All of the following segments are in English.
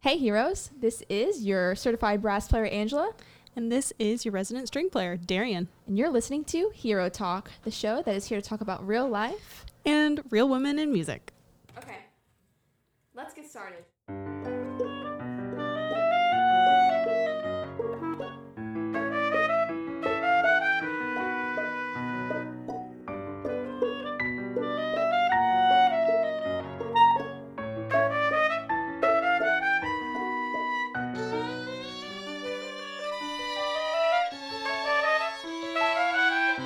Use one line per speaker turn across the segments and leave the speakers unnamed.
Hey, heroes. This is your certified brass player, Angela,
And this is your resident string player, Darian,
and you're listening to Hero Talk, the show that is here to talk about real life.
and Real Women in Music.
Okay, let's get started.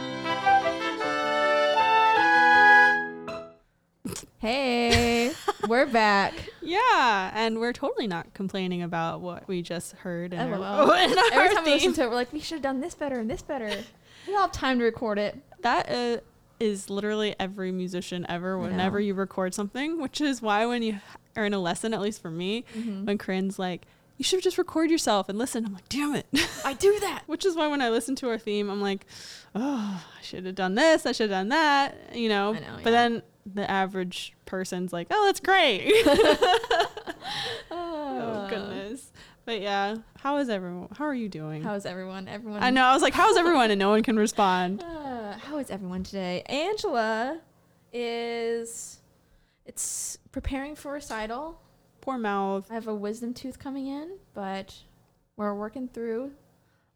Hey, we're back.
Yeah, and we're totally not complaining about what we just heard. In
LOL.
Our, in our
Every time we listen
theme.
to it, we're like, we should have done this better and this better. We don't have time to record it.
That uh, is literally every musician ever.
know.
Whenever you record something, which is why when you are in a lesson, at least for me,
Mm-hmm.
when Corinne's like, "You should just record yourself and listen," I'm like, "Damn it."
I do that.
Which is why when I listen to our theme, I'm like, oh, I should have done this, I should have done that, you know.
I know, yeah.
But then the average person's like, oh, that's great. oh, goodness. But yeah, how is everyone? How are you doing?
How's everyone? Everyone.
I know. I was like, how's everyone? And no one can respond.
Uh, how is everyone today? Angela is. It's preparing for recital.
Poor mouth.
I have a wisdom tooth coming in, but we're working through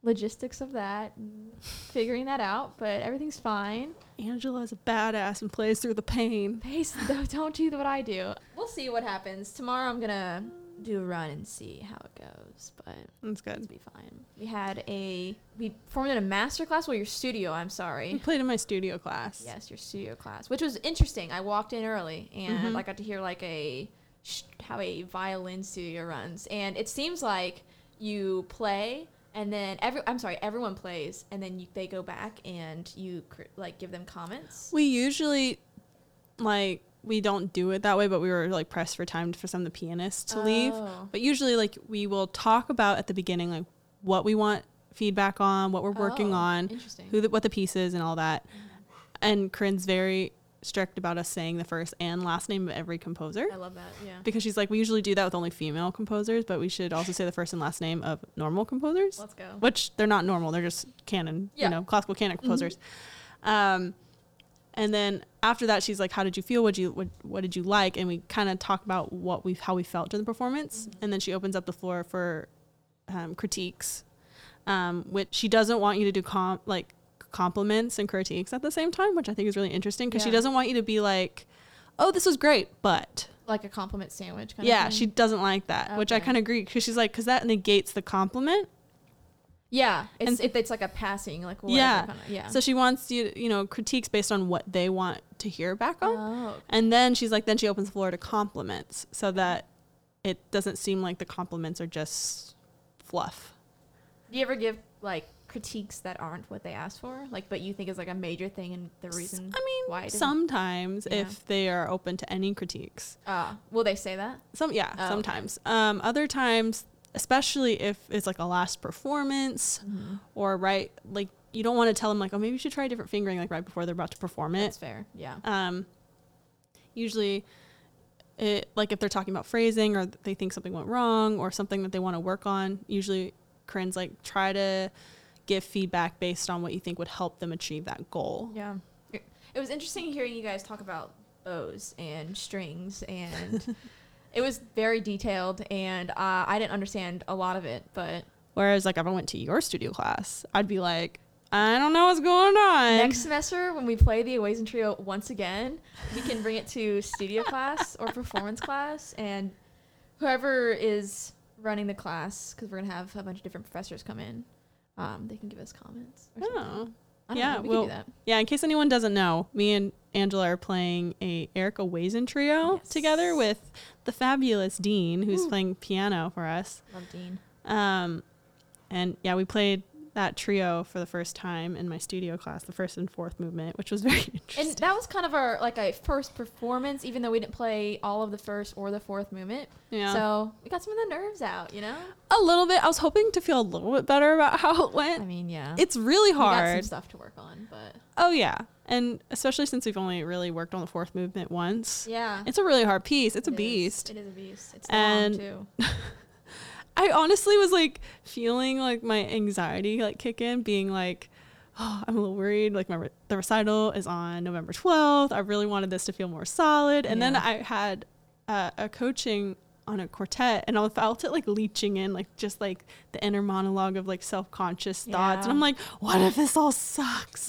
logistics of that, and figuring that out. But everything's fine.
Angela's a badass and plays through the pain.
Pace, though, don't do what I do. We'll see what happens tomorrow. I'm gonna do a run and see how it goes, but
That's
it'll
good.
be fine. We had a we performed in a master class. Well, your studio. I'm
We
sorry.
played in my studio class.
Yes, your studio class, which was interesting. I walked in early and
Mm-hmm.
I got to hear like a sh- how a violin studio runs, and it seems like you play and then every I'm sorry, everyone plays and then you, they go back and you cr- like give them comments.
We usually like we don't do it that way, but we were like pressed for time for some of the pianists to leave.
Oh.
But usually like we will talk about at the beginning like what we want feedback on, what we're working
Oh,
on,
interesting.
who the, what the piece is and all that. And Corinne's very strict about us saying the first and last name of every composer.
I love that. Yeah.
Because she's like, we usually do that with only female composers, but we should also say the first and last name of normal composers
Let's go.
which they're not normal they're just canon
Yeah. Mm-hmm.
you know classical canon composers um and then after that she's like how did you feel what you what, what did you like and we kind of talk about what we how we felt during the performance
Mm-hmm.
and then she opens up the floor for um, critiques um which she doesn't want you to do com like compliments and critiques at the same time which i think is really interesting because she
Yeah.
doesn't want you to be like oh this was great but
Like a compliment sandwich. Kind
yeah
Of thing.
she doesn't like that which i
Okay.
kind of agree because she's like because that negates the compliment
Yeah. It's
and-
if it's like a passing like whatever
yeah.
kind of- yeah.
So she wants you, to, you know, critiques based on what they want to hear back on.
oh.
And then she's like, then she opens the floor to compliments so that it doesn't seem like the compliments are just fluff.
Do you ever give like critiques that aren't what they asked for? Like but you think is like a major thing and the reason
I mean,
why it didn't-
sometimes
Yeah.
if they are open to any critiques.
Uh, will they say that?
Some yeah,
Oh, okay.
sometimes. Um, other times, especially if it's like a last performance
Mm-hmm.
or right like you don't want to tell them like, "Oh, maybe you should try a different fingering like right before they're about to perform it."
That's fair. Yeah.
um, usually it like if they're talking about phrasing or they think something went wrong or something that they want to work on usually corinne's like try to give feedback based on what you think would help them achieve that goal
Yeah. It it was interesting hearing you guys talk about bows and strings and it was very detailed and uh, I didn't understand a lot of it, but
whereas like if i went to your studio class i'd be like i don't know what's going on
next semester when we play the Awazen Trio once again, we can bring it to studio class or performance class and whoever is running the class because we're going to have a bunch of different professors come in. Um, they can give us comments. Or something.
oh.
I don't
yeah,
know. We
well,
can do that.
yeah in case anyone doesn't know me and angela are playing a erica wazen trio
Yes.
together with the fabulous dean who's
Ooh.
playing piano for us
Love Dean.
Um, and yeah, we played that trio for the first time in my studio class, the first and fourth movement, which was very interesting.
And that was kind of our like a first performance, even though we didn't play all of the first or the fourth movement.
Yeah.
So we got some of the nerves out, you know.
a little bit. I was hoping to feel a little bit better about how it
I
went.
mean, yeah,
It's really
We got some
hard.
stuff to work on, but
Oh yeah, and especially since we've only really worked on the fourth movement once.
yeah,
It's a really hard piece. It's a
It is.
beast.
It is a beast. It's
And-
long too.
I honestly was like feeling like my anxiety like kick in, being like, oh, I'm a little worried. Like my re- the recital is on November 12th. I really wanted this to feel more solid. And then
Yeah.
I had uh, a coaching on a quartet, and I felt it like leaching in, like just like the inner monologue of like self conscious thoughts.
Yeah.
And I'm like, what if this all sucks?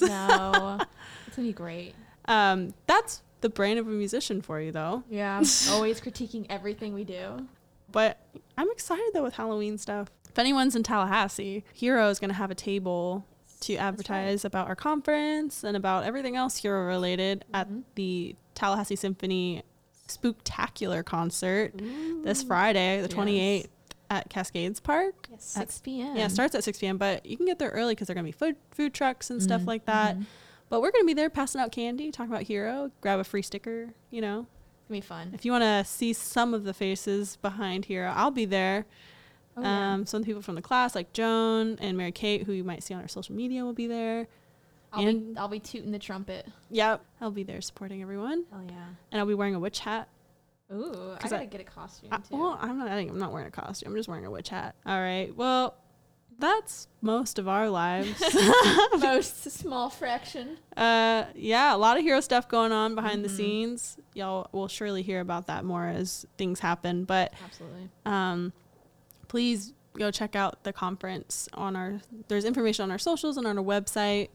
No, it's gonna be great.
Um, that's the brain of a musician for you, though.
Yeah, always critiquing everything we do.
But I'm excited though with Halloween stuff. If anyone's in Tallahassee, Hero is going to have a table to advertise about our conference and about everything else Hero related at the Tallahassee Symphony Spooktacular concert
Mm-hmm.
this Friday, the
Yes.
28th at Cascades Park.
Yes,
At-
6 p.m.
Yeah, it starts at 6 p.m., but you can get there early because they're going to be food, food trucks and stuff like
Mm-hmm.
that. But we're going to be there passing out candy, talking about Hero, grab a free sticker, you know.
It's gonna be fun.
If you want to see some of the faces behind here, I'll be there.
Oh, yeah.
um, Some people from the class, like Joan and Mary Kate, who you might see on our social media, will be there.
I'll
and-
be I'll be tooting the trumpet.
Yep. I'll be there supporting everyone.
Hell yeah.
And I'll be wearing a witch hat.
Ooh, I
'Cause I-
gotta get a costume
I-
too.
well, I'm not, I think I'm not wearing a costume. I'm just wearing a witch hat. All right. Well, that's most of our lives.
Most small fraction.
uh, yeah, a lot of hero stuff going on behind
Mm-hmm.
the scenes. Y'all will surely hear about that more as things happen. But
Absolutely.
um, please go check out the conference on our there's information on our socials and on our website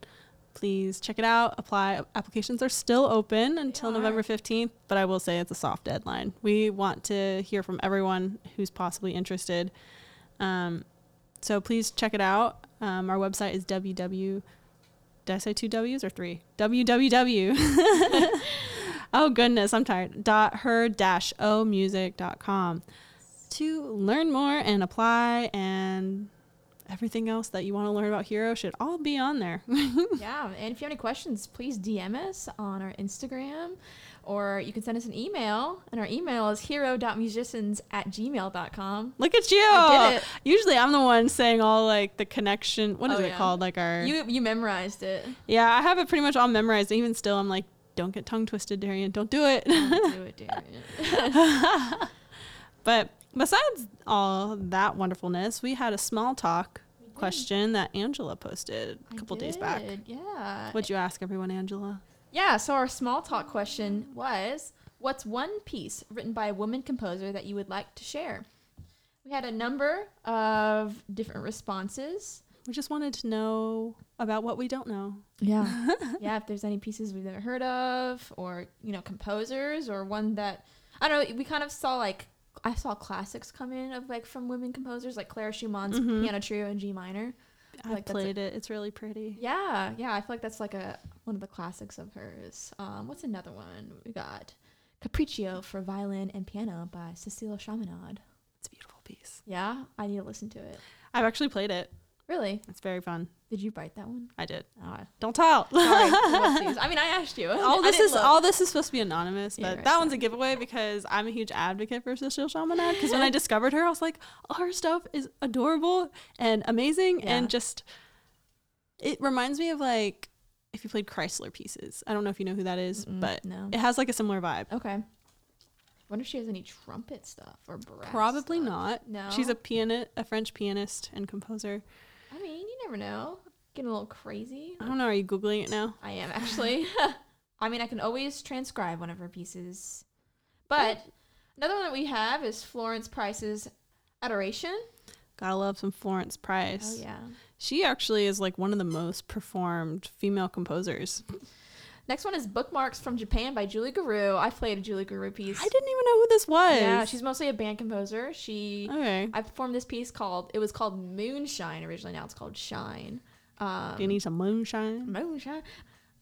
please check it out apply applications are still open until
are.
november 15th but i will say it's a soft deadline we want to hear from everyone who's possibly interested um, so please check it out um, our website is www did i say two w's or three www Oh goodness, I'm tired. Dot her dash o music dot com to learn more and apply and everything else that you want to learn about Hero should all be on there.
yeah, and if you have any questions, please DM us on our Instagram or you can send us an email. And our email is hero.musicians at gmail.com.
Look at you.
I did it.
Usually I'm the one saying all like the connection. What is
Oh,
it
yeah.
called? Like our
You, you memorized it.
yeah, I have it pretty much all memorized. Even still, I'm like, don't get tongue twisted, Darian. Don't do it.
do it, Darian.
But besides all that wonderfulness, we had a small talk question that Angela posted a
I
couple days back.
did, Yeah.
What'd you ask everyone, Angela?
Yeah, so our small talk question was What's one piece written by a woman composer that you would like to share? We had a number of different responses.
We just wanted to know about what we don't know.
Yeah. yeah, if there's any pieces we've never heard of, or, you know, composers, or one that, I don't know, we kind of saw like, I saw classics come in of like from women composers, like Clara Schumann's
Mm-hmm.
Piano Trio in G minor.
I
Like, that's
played it. It's really pretty.
Yeah, yeah. I feel like that's like a one of the classics of hers. Um, what's another one we got? Capriccio for violin and piano by Cecilia Chaminade.
It's a beautiful piece.
Yeah, I need to listen to it.
I've actually played it.
Really?
It's very fun.
Did you write that one?
I did.
Ah,
Don't tell.
sorry. Whoopsies. I mean, I asked you.
all
I
this
didn't
is
look.
all this is supposed to be anonymous, but
Yeah, right,
that one's a giveaway because I'm a huge advocate for Cecile Chaminade. Because when I discovered her, I was like, all her stuff is adorable and amazing,
Yeah.
and just it reminds me of like if you played Chrysler pieces. I don't know if you know who that is,
Mm,
but
no.
it has like a similar vibe.
Okay. Wonder if she has any trumpet stuff or brass
Probably
stuff.
not.
No.
She's a pianist, a French pianist and composer.
I mean, you never know. Getting a little crazy.
I don't know. Are you googling it now?
I am actually. I mean, I can always transcribe one of her pieces. But another one that we have is Florence Price's Adoration.
Gotta love some Florence Price.
Oh yeah.
She actually is like one of the most performed female composers.
Next one is Bookmarks from Japan by Julie Guru. I played a Julie Guru piece.
I didn't even know who this was.
Yeah, she's mostly a band composer. She
okay.
I performed this piece called it was called Moonshine originally. Now it's called Shine. Um,
Do you need some
Mm.
moonshine?
Moonshine.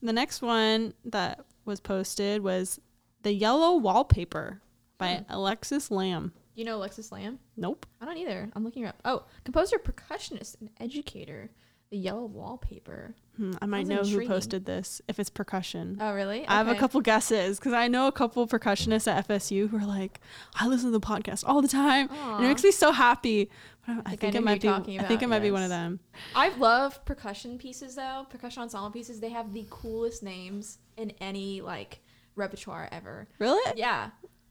The next one that was posted was The Yellow Wallpaper by
Hmm.
Alexis Lamb.
You know Alexis Lamb?
Nope.
I don't either. I'm looking her up. Oh, composer, percussionist, and educator. The Yellow Wallpaper.
Hmm, I might
Sounds
know
intriguing.
who posted this if it's percussion.
Oh really?
I have a
Okay.
couple guesses because I know a couple percussionists at FSU who are like, I listen to the podcast all the time, and it
Aw.
makes me so happy. But I, I
think
think
I
it
know who
might be.
you're
I
talking about,
think it might be one
yes.
of them.
I love percussion pieces though. Percussion ensemble pieces, they have the coolest names in any like repertoire ever.
Really?
Yeah.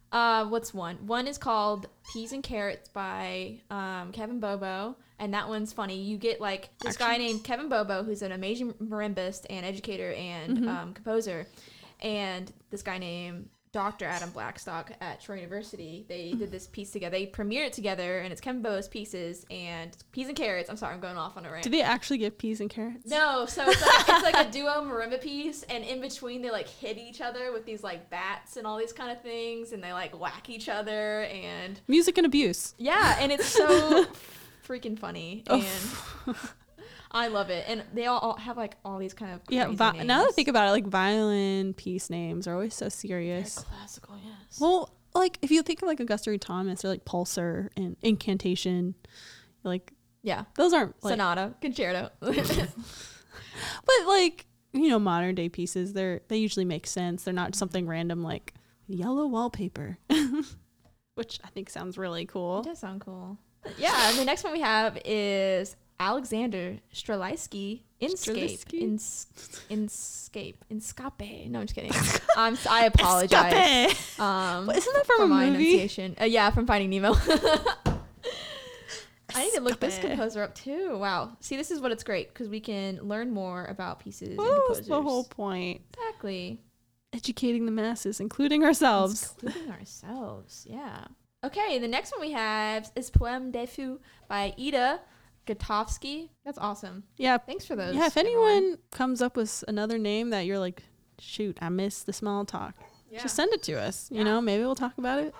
Uh, what's one? One is called Peas and Carrots by um, Kevin Bobo, and that one's funny. You get like this guy named Kevin Bobo, who's an amazing marimbist and educator and um, composer, and this guy named Dr. Adam Blackstock at Troy University. They did this piece together. They premiered it together, and it's Kevin Bobo's pieces and Peas and Carrots. I'm sorry, I'm going off on a rant.
Do they actually give peas and carrots?
No, so it's like, it's like a duo marimba piece, and in between they like hit each other with these like bats and all these kind of things, and they like whack each other, and
Music and abuse.
yeah, and it's so freaking funny,
Oh.
and I love it. And they all, all have like all these kind of
Yeah,
crazy
vi- now that I
names.
think about it, like violin piece names are always so serious.
They're classical, yes.
Well, like if you think of like Augusta Reed Thomas or like Pulsar and Incantation, like
yeah,
those aren't like,
sonata, concerto.
but like you know modern day pieces, they're they usually make sense. They're not something random like yellow wallpaper, which I think sounds really
It
cool.
does sound cool. But yeah, and the next one we have is Alexander Strelitzky Inscape.
Strelitzky?
Ins- Inscape. Inscape. No, I'm just kidding. I'm, s- I apologize.
Escape.
Um,
Isn't that from
for
a
my
movie?
enunciation. Uh, yeah, from Finding Nemo. I need to look this
Escape.
composer up too. Wow. See, this is what it's great because we can learn more about pieces and
What was
composers.
the whole point?
exactly.
Educating the masses, including ourselves.
Including ourselves, yeah. Okay, the next one we have is Poem de Fou by Ida Gotofsky. That's awesome.
Yeah,
Thanks for those.
Yeah, if
everyone.
anyone comes up with another name that you're like, shoot, I missed the small talk,
Yeah.
just send it to us. You
Yeah.
know, maybe we'll talk about it.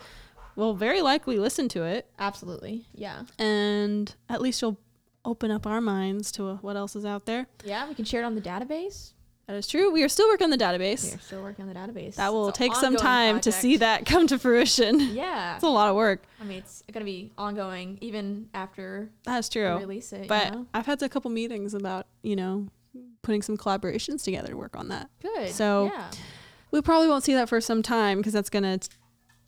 We'll very likely listen to it,
Absolutely. Yeah.
and at least you'll open up our minds to uh, what else is out there.
Yeah, we can share it on the database.
That is true. We are still working on the
We
database.
are still working on the database.
That will
It's an
take some
ongoing
time to
project.
see that come to fruition.
Yeah.
It's a lot of work.
I mean, it's going to be ongoing even after
That is
we
true.
release it.
but
you know?
I've had a couple meetings about you know putting some collaborations together to work on that.
good.
so-
yeah.
We probably won't see that for some time because that's gonna,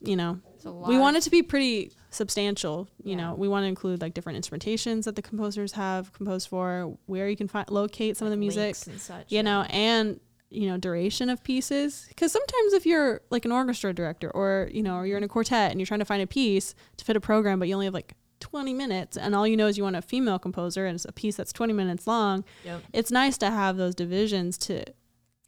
you know,
It's a lot
we want
of-
it to be pretty substantial you
Yeah.
know we want to include like different instrumentations that the composers have composed for where you can find locate some of the music
links and such.
you know and you know duration of pieces because sometimes if you're like an orchestra director or you know or you're in a quartet and you're trying to find a piece to fit a program but you only have like 20 minutes and all you know is you want a female composer and it's a piece that's 20 minutes long
Yep.
it's nice to have those divisions to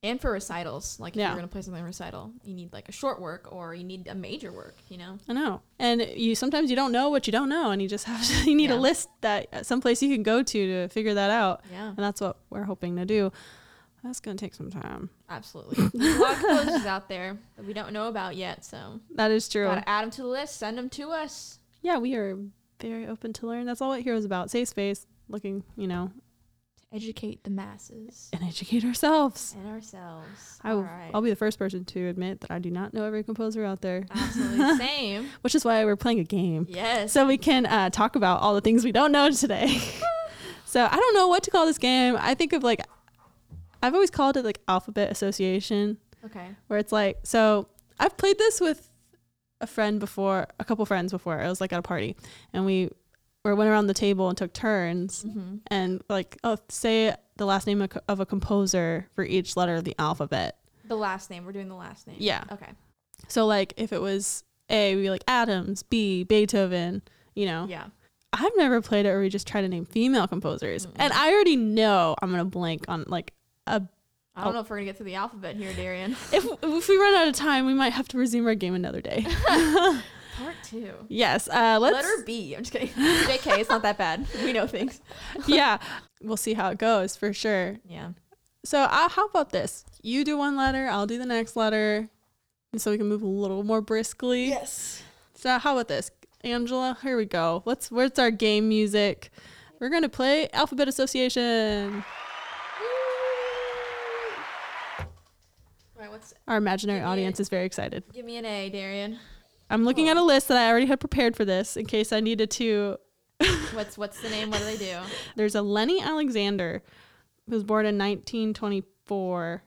And for recitals, like if
Yeah.
you're going to play something in recital, you need like a short work or you need a major work, you know?
I know. And you sometimes you don't know what you don't know, and you just have to, you need
Yeah.
a list that uh, someplace you can go to to figure that out.
Yeah.
And that's what we're hoping to do. That's gonna take some time.
Absolutely. There's a lot of composers out there that we don't know about yet, so
That is true.
gotta add them to the list. Send them to us.
Yeah, we are very open to learn. That's all what Heroes about. Safe space, looking, you know,
To educate the masses
and educate ourselves.
and ourselves.
I,
All
will
right.
I'll be the first person to admit that I do not know every composer out there,
Absolutely same.
which is why we're playing a game.
Yes.
so we can uh, talk about all the things we don't know today. so I don't know what to call this game. I think of like, I've always called it like alphabet association,
Okay.
where it's like, so I've played this with a friend before, a couple friends before. It was like at a party, and we or went around the table and took turns
Mm-hmm.
and like, oh, say the last name of co- of a composer for each letter of the alphabet.
The last name. We're doing the last name.
Yeah.
Okay.
So like, if it was A, we'd be like Adams, B, Beethoven. You know,
Yeah.
I've never played it where we just try to name female composers.
Mm-mm.
And I already know I'm gonna blank on like a
I don't
Oh.
know if we're gonna get to the alphabet here, Darian.
if if we run out of time, we might have to resume our game another day.
Part two.
yes. Uh let's
Letter B. I'm just kidding. JK, it's not that bad. We know things.
yeah. We'll see how it goes for sure.
Yeah.
So uh, how about this? You do one letter, I'll do the next letter. And so we can move a little more briskly.
Yes.
So how about this? Angela, here we go. What's where's our game music? We're gonna play Alphabet Association.
All right. What's?
Our imaginary
Give me it.
audience is very excited.
Give me an A, Darian.
I'm looking at a list that I already had prepared for this in case I needed to.
What's What's the name? What do they do?
There's a Lenny Alexander who was born in 1924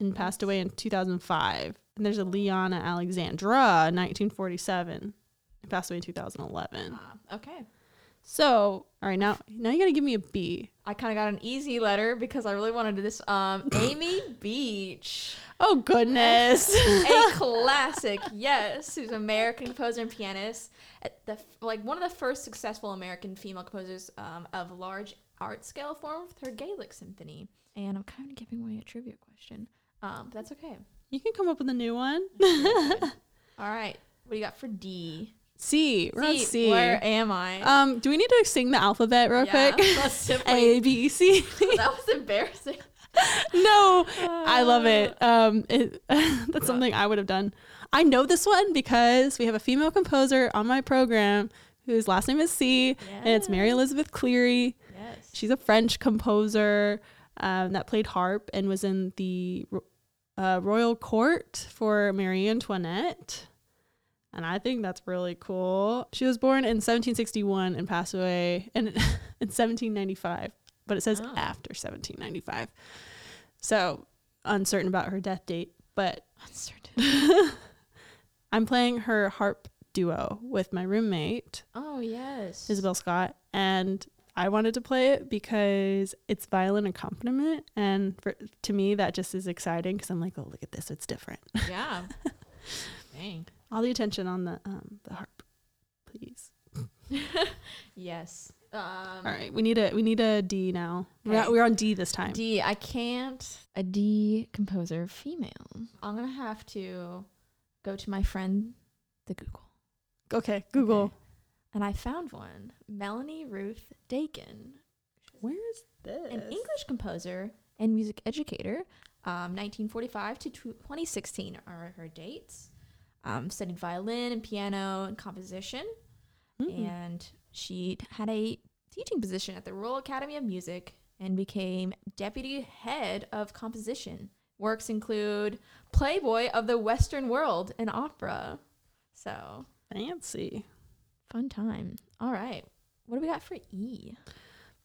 and passed away in 2005. And there's a Leona Alexandra in 1947 and passed away in 2011.
Ah, okay.
So, all right, now now you got to give me a B.
I kind of got an easy letter because I really wanted to this. Um, Amy Beach,
Oh goodness.
a classic, yes, who's an American composer and pianist, at the f- like one of the first successful American female composers um, of large art scale form with her Gaelic Symphony. And I'm kind of giving away a trivia question, um, but that's okay.
you can come up with a new one.
All right, what do you got for D?
C. We're on
See,
C.
Where am I?
Um, do we need to sing the alphabet real
Yeah,
quick?
that's simply-
A B C.
that was embarrassing.
no, I love it. Um, it that's something I would have done. I know this one because we have a female composer on my program whose last name is C, and it's Mary Elizabeth Cleary.
Yes.
She's a French composer um, that played harp and was in the ro- uh, royal court for Marie Antoinette. And I think that's really cool. She was born in 1761 and passed away in, in 1795, but it says
Oh.
after 1795. So uncertain about her death date, but
Uncertain.
I'm playing her harp duo with my roommate,
Oh yes.
Isabel Scott, and I wanted to play it because it's violin accompaniment, and for, to me that just is exciting because I'm like, oh look at this, it's different.
Yeah. Dang.
All the attention on the um, the harp, please.
Yes. Um,
All right, we need a we need a D now. We're, not-
Okay.
we're on D this time.
D. I can't. A D composer female. I'm gonna have to go to my friend, the Google,
Okay, Google.
Okay. and I found one. Melanie Ruth Dakin,
Where is this?
an English composer and music educator, um, 1945 to tw- 2016 are her dates. Um, studied violin and piano and composition.
Mm.
and she had a teaching position at the Royal Academy of Music and became deputy head of composition. Works include Playboy of the Western World and opera. So,
fancy.
fun time. All right. What do we got for E?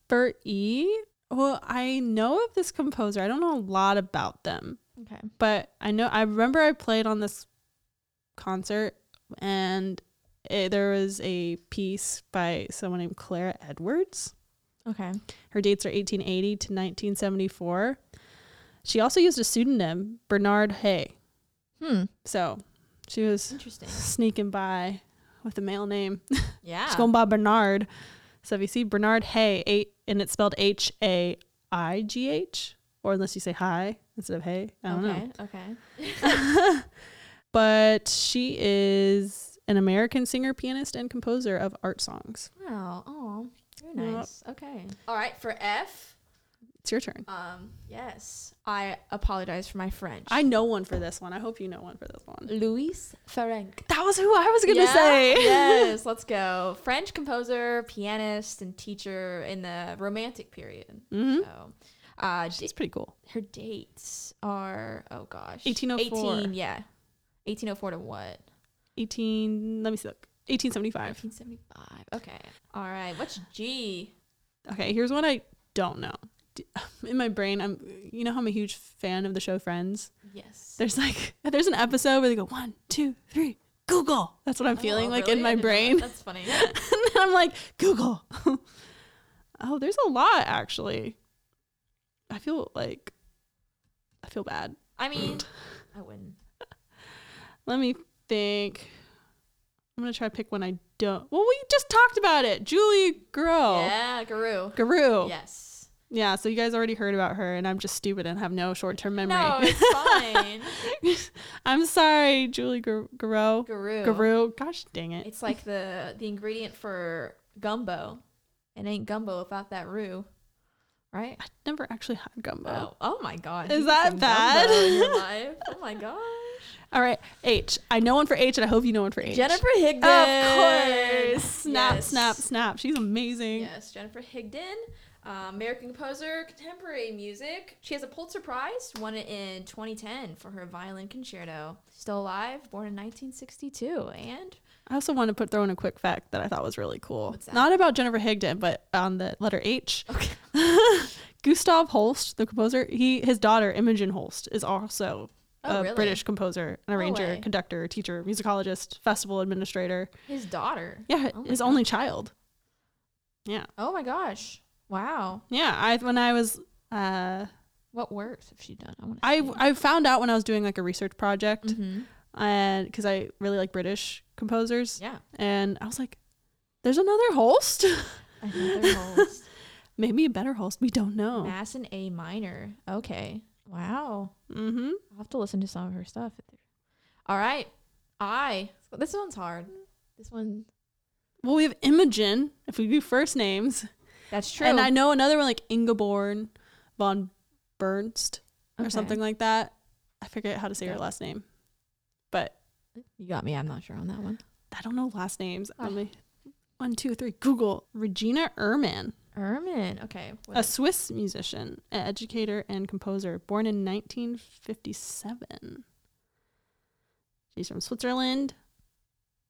For E, well, I know of this composer. I don't know a lot about them.
Okay.
but I know I remember I played on this concert and it, there was a piece by someone named Clara Edwards.
Okay.
Her dates are 1880 to 1974. She also used a pseudonym, Bernard Hay.
Hmm.
So she was
Interesting.
sneaking by with a male name.
Yeah.
She's going by Bernard. So if you see Bernard Hay, eight, and it's spelled H A I G H, or unless you say hi instead of hey, I don't know.
okay. Okay.
but she is an American singer, pianist, and composer of art songs.
Wow. Oh, very
Yep.
nice. Okay. All right. For F.
It's your turn.
Um. Yes. I apologize for my French.
I know one for this one. I hope you know one for this one.
Luis Ferenc.
That was who I was gonna
Yeah?
say.
yes, let's go. French composer, pianist, and teacher in the Romantic period.
Mhm.
So, uh, d-
She's pretty cool.
her dates are oh gosh,
1804.
18, yeah, eighteen oh four to what?
Eighteen. Let me see. Look. Eighteen seventy-five.
Nineteen seventy five. Okay, all right. What's G?
Okay. Here's one I don't know. D- In my brain, I'm. You know how I'm a huge fan of the show Friends.
Yes.
There's like, there's an episode where they go one, two, three. Google. That's what I'm
Oh,
feeling like
really?
in
I
my
didn't know
brain.
that. That's funny.
and then I'm like, Google. oh, there's a lot actually. I feel like I feel bad.
I mean, I wouldn't.
Let me think. I'm gonna try to pick one I don't. Well, we just talked about it. Julie Guru.
Yeah, Guru.
Guru. Yeah.
Yes.
So you guys already heard about her, and I'm just stupid and have no short-term memory.
No, it's fine.
I'm sorry, Julie Guru. Guru.
Guru.
Guru. Gosh dang it.
It's like the the ingredient for gumbo. It ain't gumbo without that roux, right?
I never actually had gumbo.
Oh, oh my god! you
Is
need
that
some
bad?
gumbo in your life. Oh my gosh!
All right. H. I know one for H, and I hope you know one for H.
Jennifer Higdon.
Of course. Snap,
Yes.
snap, snap. She's amazing.
Yes, Jennifer Higdon, uh, American composer, contemporary music. She has a Pulitzer Prize, won it in 2010 for her violin concerto. Still alive, born in 1962, and
I also want to put throw in a quick fact that I thought was really cool.
What's that?
Not about Jennifer Higdon, but on the letter H.
okay,
Gustav Holst, the composer, he his daughter Imogen Holst is also
Oh,
a
really?
Uh, British composer, an arranger,
way.
conductor, teacher, musicologist, festival administrator.
his daughter.
Yeah,
Oh my
his only child. Yeah.
Oh my gosh. Wow.
Yeah. I when I was uh
What works have she done? I want
I I found out when I was doing like a research project
hmm
and because I really like British composers
Yeah.
and I was like, there's another Holst,
Another Holst.
maybe a better Holst. We don't know.
Mass in A minor. Okay. Wow.
Mm-hmm.
I'll have to listen to some of her stuff. All right. I. This one's hard. This one.
Well, we have Imogen if we do first names,
That's true.
and I know another one like Ingeborg von Bernst or
Okay.
something like that. I forget how to say her
Yeah.
last name, but
you got me. I'm not sure on that one.
I don't know last names.
Ah.
Only one, two, three. Google Regina Ehrman.
Ermin. Okay. what
a
is-
Swiss musician, e- educator, and composer, born in 1957. She's from Switzerland.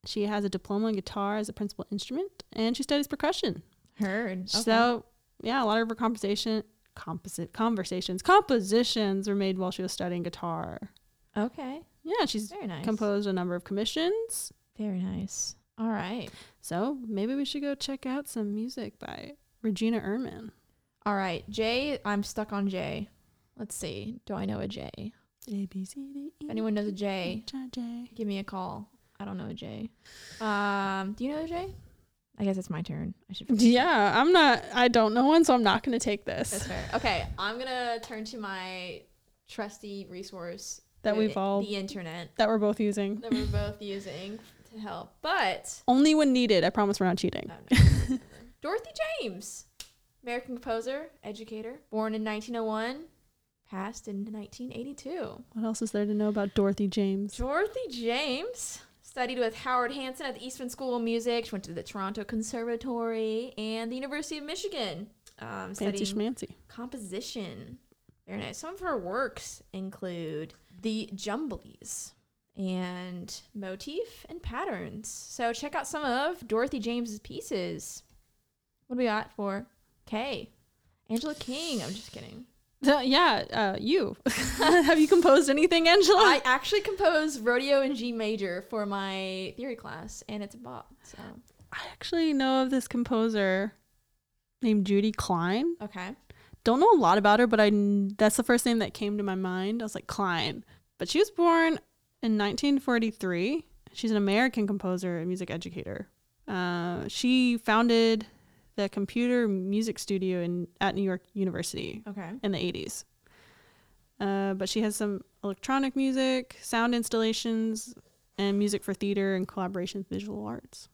She has a diploma in guitar as a principal instrument, and she studies percussion.
heard. Okay.
So, yeah, a lot of her conversation, composite conversations, compositions were made while she was studying guitar.
okay.
Yeah, she's
Very nice.
composed a number of commissions.
Very nice. All right.
So maybe we should go check out some music by Regina Ehrman.
All right. J. I'm stuck on J. Let's see. Do I know a J? If
A B C D E.
anyone knows a J,
H, I, J.
give me a call. I don't know a J. Um, do you know a J? I guess it's my turn. I should.
Yeah, I'm not. I don't know one, so I'm not going to take
That's
this.
fair. Okay, I'm gonna turn to my trusty resource
That
the-
we've all-
the internet
That we're both using.
that we're both using to help. But
Only when needed. I promise we're not cheating.
oh, no. Dorothy James, American composer, educator, born in 1901, passed in 1982.
What else is there to know about Dorothy James?
Dorothy James studied with Howard Hanson at the Eastman School of Music. She went to the Toronto Conservatory and the University of Michigan. Um,
Fancy
studying
schmancy.
composition. Very nice. Some of her works include the Jumblies and motif and patterns. So check out some of Dorothy James's pieces. What do we got for K? Angela King. I'm just kidding.
So, yeah, uh, you. Have you composed anything, Angela?
I actually composed Rodeo in G major for my theory class, and it's a bop. So
I actually know of this composer named Judy Klein.
okay,
Don't know a lot about her, but I kn- that's the first name that came to my mind. I was like Klein, but she was born in 1943. She's an American composer and music educator. Uh, she founded the computer music studio in at New York University
okay,
in the 80s. Uh, but she has some electronic music, sound installations, and music for theater and collaboration with visual arts.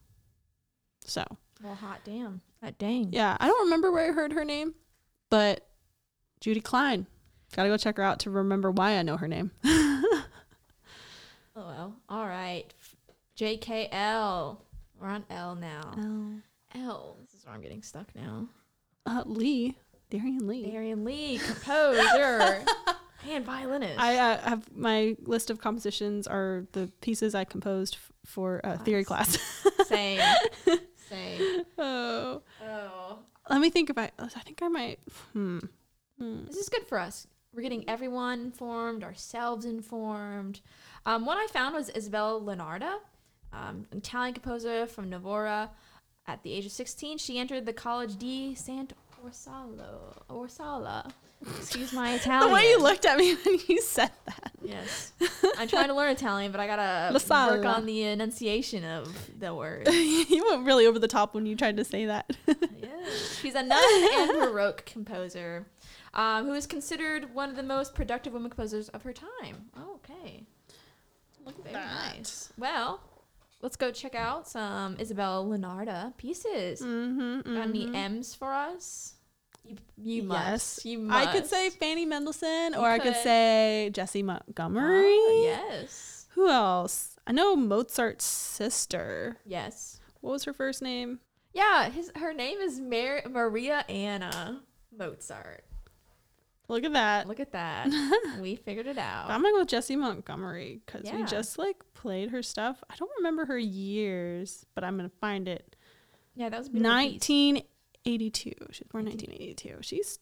So,
well, hot damn, that Uh, dang.
yeah, I don't remember where I heard her name, but Judy Klein. Gotta go check her out to remember why I know her name.
Oh well. All right, JKL. We're on L now.
Oh.
L. This is where I'm getting stuck now.
Uh, Lee, Darian Lee.
Darian Lee, composer and violinist.
I uh, have my list of compositions are the pieces I composed f- for uh, theory class.
same, same.
oh,
Oh,
let me think about. I think I might. Hmm. Hmm.
this is good for us. We're getting everyone informed, ourselves informed. Um, one I found was Isabella Leonarda, um, an Italian composer from Novara. At the age of 16, she entered the College di Sant'Orsalo. Orsala. Excuse my Italian.
The way you looked at me when you said that.
Yes. I'm trying to learn Italian, but I gotta
La Sala.
work on the enunciation of the word.
you went really over the top when you tried to say that.
Yeah. She's a nun and Baroque composer um, who is considered one of the most productive women composers of her time. Oh, okay. Look at
that.
Nice. Well, let's go check out some Isabel Leonarda pieces.
Mm-hmm,
Got any M's for us? You, you must. You must.
I could say Fanny Mendelssohn,
You
or I could
could.
say Jesse Montgomery.
Oh, yes.
Who else? I know Mozart's sister.
Yes.
What was her first name?
Yeah, his her name is Mar- Maria Anna Mozart.
Look at that.
Look at that. we figured it out.
Uh, I'm gonna go with Jesse Montgomery because we
Yeah.
just like played her stuff. I don't remember her years, but I'm gonna find it.
Yeah, that was a beautiful piece.
1982. She was born 1982. She's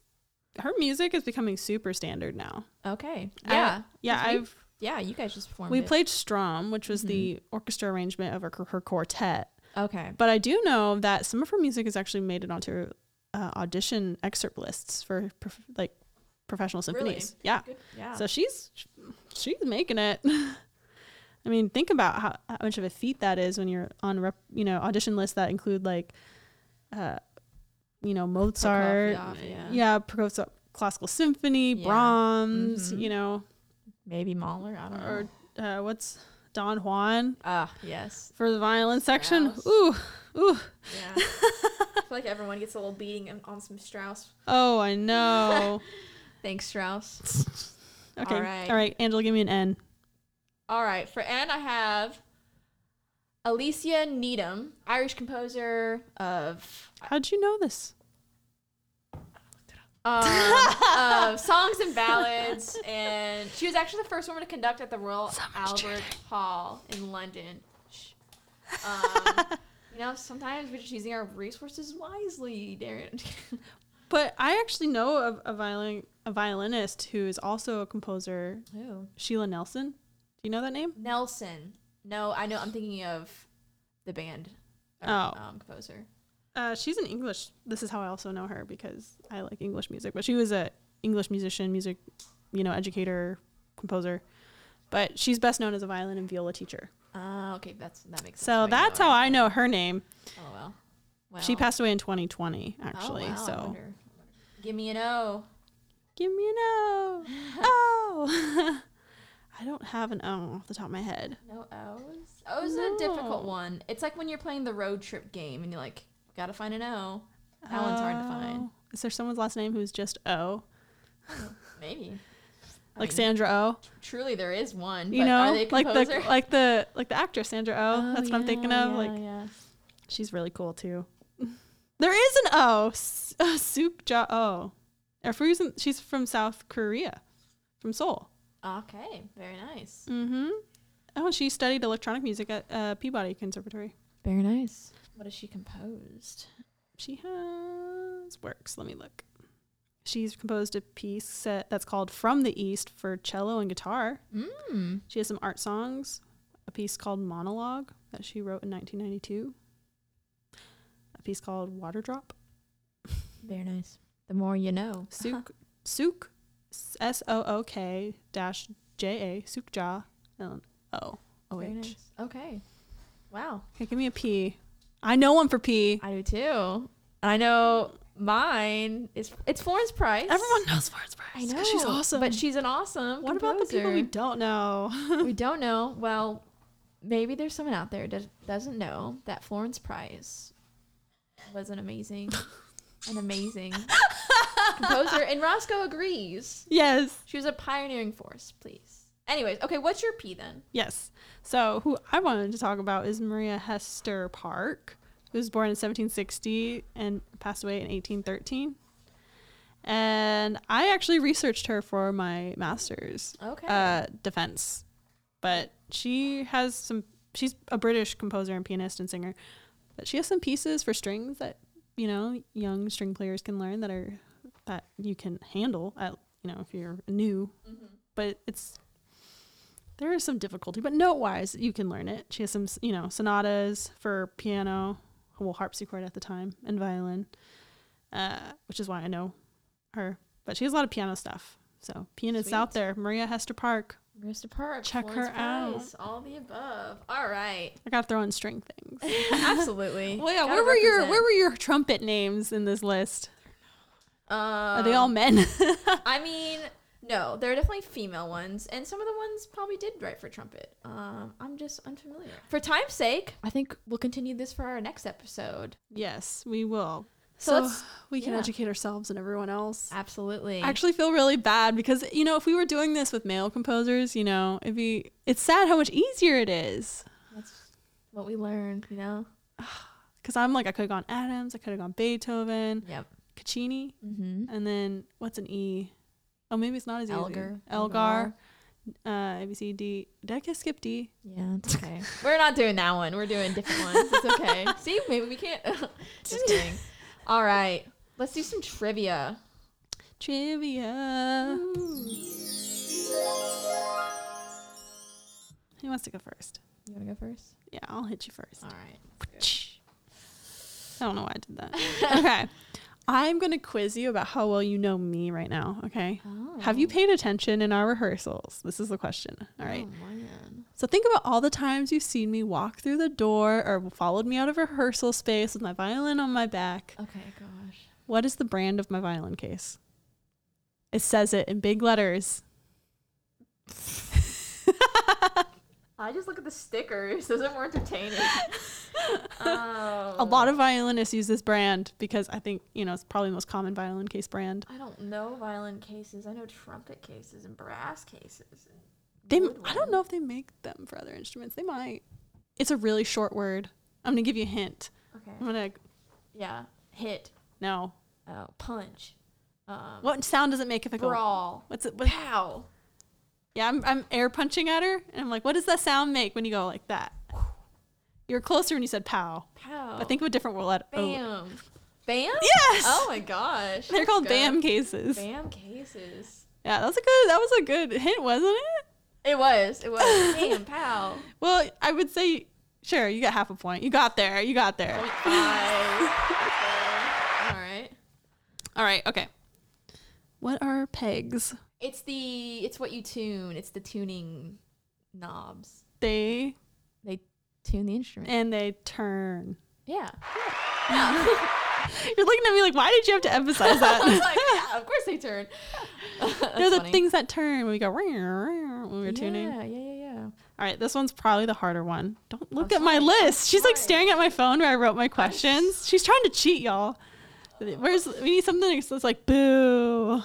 her music is becoming super standard now.
Okay.
I-
Yeah.
yeah,
'Cause we-
I've
Yeah, you guys just performed.
we
it. Mm-hmm.
played Strum, which was the orchestra arrangement of her, her quartet,
Okay.
But I do know that some of her music has actually made it onto uh, audition excerpt lists for prof- like professional
Really?
symphonies. Yeah.
Good. Yeah.
So she's she's making it. I mean, think about how, how much of a feat that is when you're on rep, you know audition lists that include like, uh, you know Mozart,
Prokofiev, yeah.
yeah, Prokofiev, classical symphony,
Yeah.
Brahms,
Mhm.
you know,
Maybe Mahler. I don't know.
or uh, what's Don Juan
ah, yes.
for the violin section.
Strauss.
Ooh,
Yeah. I feel like everyone gets a little beating on- on some Strauss.
oh, I know.
Thanks, Strauss.
okay, all right.
right.
all right, Angela, give me an N.
All right. For Anne, I have Alicia Needham, Irish composer of
How'd you know this?
um, of songs and ballads, and she was actually the first woman to conduct at the Royal Albert Hall in London. Shh. Um, you know, sometimes we're just using our resources wisely, Darren.
But I actually know of a violin a violinist who is also a composer,
Who?
Sheila Nelson. Do you know that name?
Nelson. No, I know. I'm thinking of the band. or,
Oh.
Um, composer.
Uh, she's an English. This is how I also know her because I like English music. But she was a English musician, music, you know, educator, composer. But she's best known as a violin and viola teacher.
Ah, okay. That's that makes sense.
Oh, So that's how I know her name.
how. Oh well. well.
She passed away in 2020,
Oh,
actually.
wow, I
So
wonder. Give me an O.
give me an O. Oh, I don't have an O off the top of my head.
No O's. O's is a difficult
No.
one. It's like when you're playing the road trip game and you're like, gotta find an O. That one's hard to find.
Oh. Is there someone's last name who's just O?
Maybe. I
Like
mean,
Sandra O?
Truly, there is one.
You
but
know,
are they a
like
composer?
the like the like the actress Sandra O.
Oh,
That's what I'm thinking
yeah,
of.
yeah,
like
yeah.
she's really cool too. There is an O. S- uh, Sook Ja O. Or for reason, she's from South Korea, from Seoul.
Okay, very nice.
Mm-hmm. Oh, and she studied electronic music at uh, Peabody Conservatory.
Very nice. What has she composed?
She has works. Let me look. She's composed a piece uh, that's called "From the East" for cello and guitar.
Mm.
She has some art songs, a piece called Monologue that she wrote in 1992, a piece called Water Drop,
Very nice. The more you know.
Sook, Sook, S O O K dash J A, Sookja, and O O
Very
H.
nice. Okay. Wow.
Okay, give me a P. I know one for P.
I do too. I know mine is it's Florence Price.
Everyone knows Florence Price.
I know
'cause she's awesome.
but she's an awesome.
what about the people we
composer.
don't know?
we don't know? Well, maybe there's someone out there that doesn't know that Florence Price was an amazing, an amazing composer, and Roscoe agrees.
yes.
She was a pioneering force. Please. Anyways, okay. What's your P then?
Yes. So who I wanted to talk about is Maria Hester Park, who was born in 1760 and passed away in 1813. And I actually researched her for my master's
Okay.
uh, defense, but she has some. She's a British composer and pianist and singer, but she has some pieces for strings that you know young string players can learn that are that you can handle at you know if you're new but it's there is some difficulty, but note wise, you can learn it. She has some, you know, sonatas for piano, well, harpsichord at the time, and violin, uh, which is why I know her. But she has a lot of piano stuff. So, pianists
Sweet.
out there, Maria Hester Park.
Marista Park.
Check
Florence
her out.
Price, All the above. All right.
I gotta throw in string things.
Absolutely.
Well, yeah.
Gotta
Where were your
represent.
Where were your trumpet names in this list? Are they
Um,
all men?
I mean, no, there are definitely female ones, and some of the ones probably did write for trumpet. Um, I'm just unfamiliar. For time's sake, I think we'll continue this for our next episode.
yes, we will.
So
So,
let's-
we can
yeah.
educate ourselves and everyone else.
Absolutely.
I actually feel really bad because you know if we were doing this with male composers, you know, it'd be it's sad how much easier it is.
that's what we learned, you know?
Because I'm like I could have gone Adams, I could have gone Beethoven,
Yep.
Caccini,
Mm-hmm.
and then what's an E? Oh, maybe it's not as easy.
Elgar.
Elgar, uh, A B C D. Did I just skip D?
Yeah, it's okay. We're not doing that one. We're doing different ones. It's okay. See, maybe we can't. just kidding. All right. Let's do some trivia.
Trivia.
Mm-hmm.
Who wants to go first?
You want to go first?
Yeah, I'll hit you first.
All right.
Ch- I don't know why I did that. okay. I'm going to quiz you about how well you know me right now. Okay. Have
Oh.
you paid attention in our rehearsals? This is the question. All right.
Oh, man.
So think about all the times you've seen me walk through the door or followed me out of rehearsal space with my violin on my back.
Okay, gosh.
What is the brand of my violin case? It says it in big letters.
I just look at the stickers. Those are more entertaining. oh.
A lot of violinists use this brand because I think, you know, it's probably the most common violin case brand.
I don't know violin cases. I know trumpet cases and brass cases. and
They I
woodwind.
don't know if they make them for other instruments. They might. It's a really short word. I'm going to give you a hint. I'm
Okay.
going to
Yeah. Hit.
no.
Oh, punch. Um,
What sound does it make if I go
Brawl.
What's it? What,
Pow.
yeah, I'm, I'm air punching at her, and I'm like, what does that sound make when you go like that? You're closer when you said pow.
Pow.
But think of a different word.
Bam. Bam?
Yes.
Oh my gosh.
They're
that's
called
good.
bam cases.
Bam cases.
Yeah, that was a good. That was a good hint, wasn't it?
It was. It was. Bam. Pow.
Well, I would say, sure, you got half a point. You got there. You got there.
Point five. Okay. All right.
All right. Okay. What are pegs?
It's the it's what you tune. It's the tuning knobs.
They
They tune the instrument.
and they turn.
Yeah.
You're looking at me like, why did you have to emphasize
I was
that?
like, yeah, of course they turn. That's
They're the
funny.
things that turn when we go when we're tuning.
Yeah, yeah, yeah, yeah.
All right, this one's probably the harder one. Don't look
I'm
at my
sorry,
list. She's like
sorry.
staring at my phone where I wrote my questions. She's trying to cheat, y'all. Where's we need something that's like boo,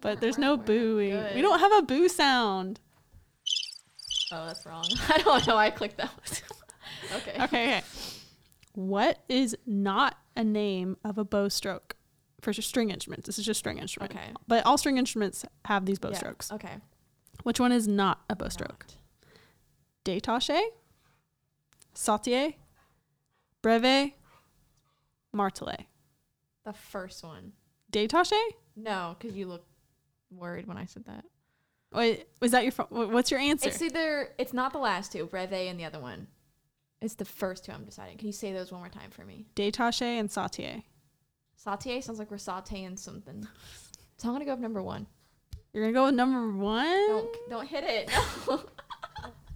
but there's no
We're
booing. We
good.
don't have a boo sound.
Oh, that's wrong. I don't know. why I clicked that one. okay.
Okay, okay. What is not a name of a bow stroke for s- string instruments? This is just string instrument.
Okay.
But all string instruments have these bow
Yeah,
strokes.
Okay.
Which one is not a bow stroke?
Not.
Détaché, sautier, brevet, martelet.
The first one.
Détaché?
No, because you look worried when I said that.
Wait, was that your fo- wh- what's your answer?
It's either it's not the last two, brevet and the other one. It's the first two I'm deciding. Can you say those one more time for me?
Détaché and sautier.
Saute sounds like we're sauteing something. So I'm gonna go with number one.
You're going to go with number 1?
Don't don't hit it.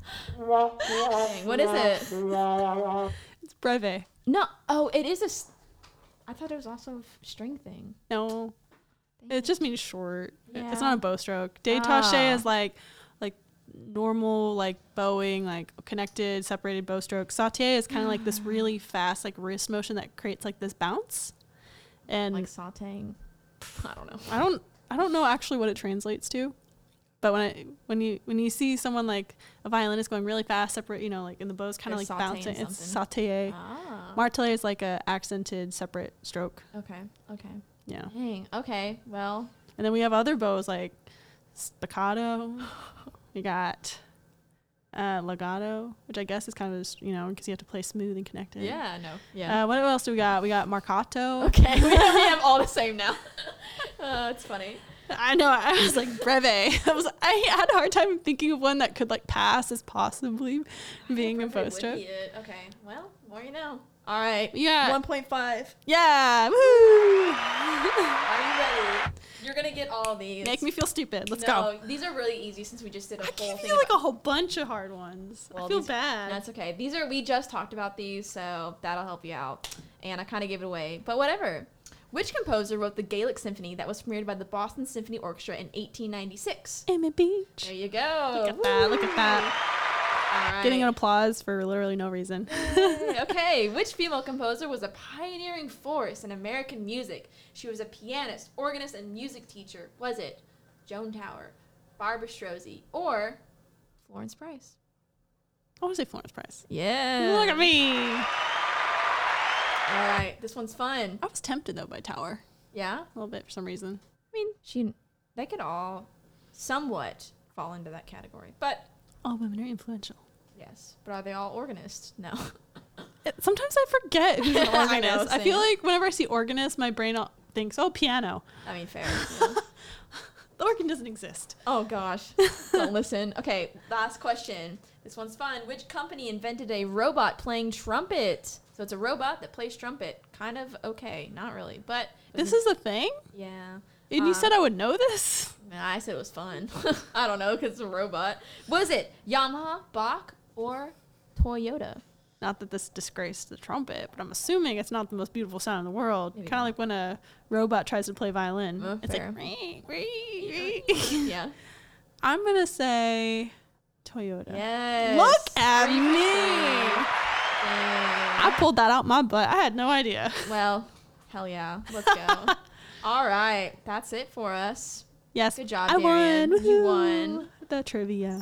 No. Dang, what is it?
It's brevet.
No. Oh, it is a. s- I thought it was also a f- string thing.
No.
Dang
It just means short. It- It's
Yeah.
not a bow stroke. Détaché
Ah.
is like like normal like bowing like connected separated bow stroke. Sautier is kind of like this really fast like wrist motion that creates like this bounce. And
like sauteing. I don't know.
I don't I don't know actually what it translates to. But when I when you when you see someone like a violinist going really fast, separate you know, like and the bow's kind of like
They're
bouncing.
sautéing
It's saute.
Ah.
Martelet is like a accented separate stroke.
Okay. Okay.
Yeah.
Dang. Okay. Well.
And then we have other bows like staccato. We got uh, legato, which I guess is kind of just, you know because you have to play smooth and connected.
Yeah. No. Yeah.
Uh, what else do we got? We got marcato.
okay. we, have, we have all the same now. uh, it's funny.
I know. I was like brevet. I was. I had a hard time thinking of one that could like pass as possibly being a bow
Probably would
stroke.
be it. Okay. Well, more you know. All right.
Yeah.
1.5.
Yeah. Woo!
Are you ready? You're gonna get all these.
Make me feel stupid. Let's go.
no, These are really easy since we just did a
I
whole
gave
thing.
you like
about-
a whole bunch of hard ones. I
Well,
feel
these-
bad.
That's okay. These are we just talked about these, so that'll help you out. And I kind of gave it away, but whatever. Which composer wrote the Gaelic Symphony that was premiered by the Boston Symphony Orchestra in 1896?
Amy Beach.
There you go.
Look at that. Look at that.
All right.
Getting an applause for literally no reason.
Hey, okay, which female composer was a pioneering force in American music? She was a pianist, organist, and music teacher. Was it Joan Tower, Barbara Strozzi, or Florence Price?
I want to say Florence Price.
Yeah.
Look at me.
All right, this one's fun.
I was tempted though by Tower
Yeah? I
a little bit for some reason.
mean, she they could all somewhat fall into that category. But
All women are influential.
yes, but are they all organists? No.
It- sometimes I forget who's an
I know,
organist. I, feel
same.
like whenever I see organist, my brain all- thinks, oh, piano.
I mean, fair. yeah.
The organ doesn't exist.
Oh gosh. Don't listen. Okay, last question. This one's fun. Which company invented a robot playing trumpet? So it's a robot that plays trumpet. kind of okay. Not really, but it was
This is a thing?
in- yeah.
And
Uh,
you said I would know this?
Nah, I said it was fun. I don't know because it's a robot. Was it Yamaha, Bach, or Toyota?
Not that this disgraced the trumpet, but I'm assuming it's not the most beautiful sound in the world.
Maybe
Kind of
not.
like when a robot tries to play violin.
Oh,
it's
fair.
like, "Ree, ree, ree."
Yeah.
I'm going to say Toyota.
Yes.
Look at
Three
me.
percent. Yay.
I pulled that out my butt. I had no idea.
Well, hell yeah. Let's go. All right. That's it for us.
Yes.
Good job,
I
Darian.
won.
You
Woohoo.
won.
The trivia.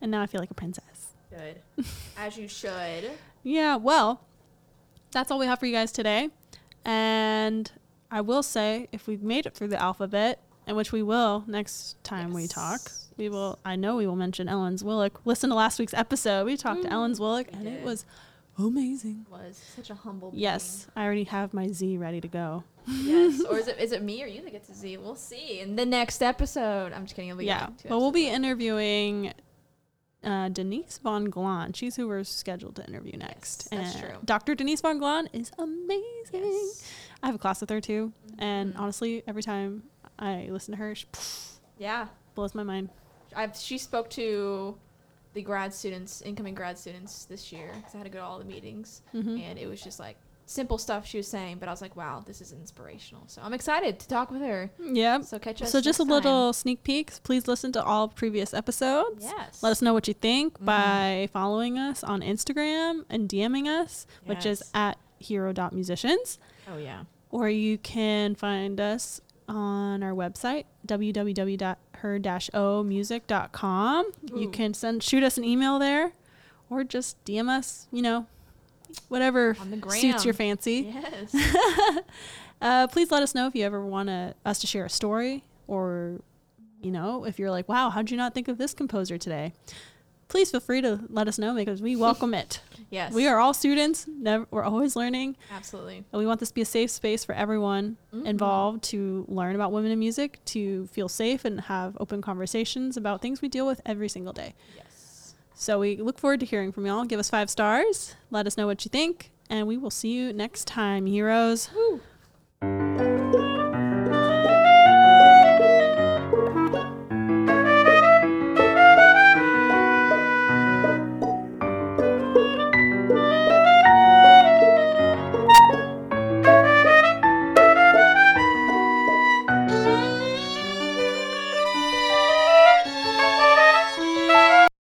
And now I feel like a princess.
Good. As you should.
Yeah, well, that's all we have for you guys today. And I will say, if we've made it through the alphabet, and which we will next time we talk,
Yes.
we will. I know we will mention Ellen's Willick. Listen to last week's episode. We talked to Ellen's Willick,
we
and
did.
it was amazing.
Was such a humble.
Yes, I already have my Z ready to go.
being. yes. Or is it is it me or you that gets a Z? We'll see in the next episode. I'm just kidding. It'll be
yeah,
like two
but we'll
episodes.
be interviewing uh, Denise von Glahn. She's who we're scheduled to interview next.
that's
And
true.
Dr. Denise von Glahn is amazing.
Yes. Mm-hmm.
I have a class with her too, and honestly, every time I listen to her, she
Yeah.
blows my mind.
I've, she spoke to the grad students, incoming grad students this year, because I had to go to all the meetings,
Mm-hmm.
and it was just like simple stuff she was saying, but I was like, wow, this is inspirational. So I'm excited to talk with her.
Yeah.
So catch us.
Um, So just a
next
little sneak peeks. Please listen to all previous episodes.
time. Yes. Mm-hmm.
Let us know what you think by following us on Instagram and DMing us, which is
Yes.
at hero.musicians.
Oh yeah.
or you can find us on our website www.her-omusic.com you
Ooh.
can send shoot us an email there or just dm us you know whatever
On the gram.
suits your fancy
Yes.
uh, please let us know if you ever want to, us to share a story or you know if you're like wow how'd you not think of this composer today please feel free to let us know because we welcome it
yes.
we are all students never, we're always learning
absolutely. Mm-hmm.
and we want this to be a safe space for everyone involved to learn about women in music, to feel safe and have open conversations about things we deal with every single day.
Yes.
So we look forward to hearing from y'all. Give us five stars, let us know what you think, and we will see you next time, heroes.
Woo.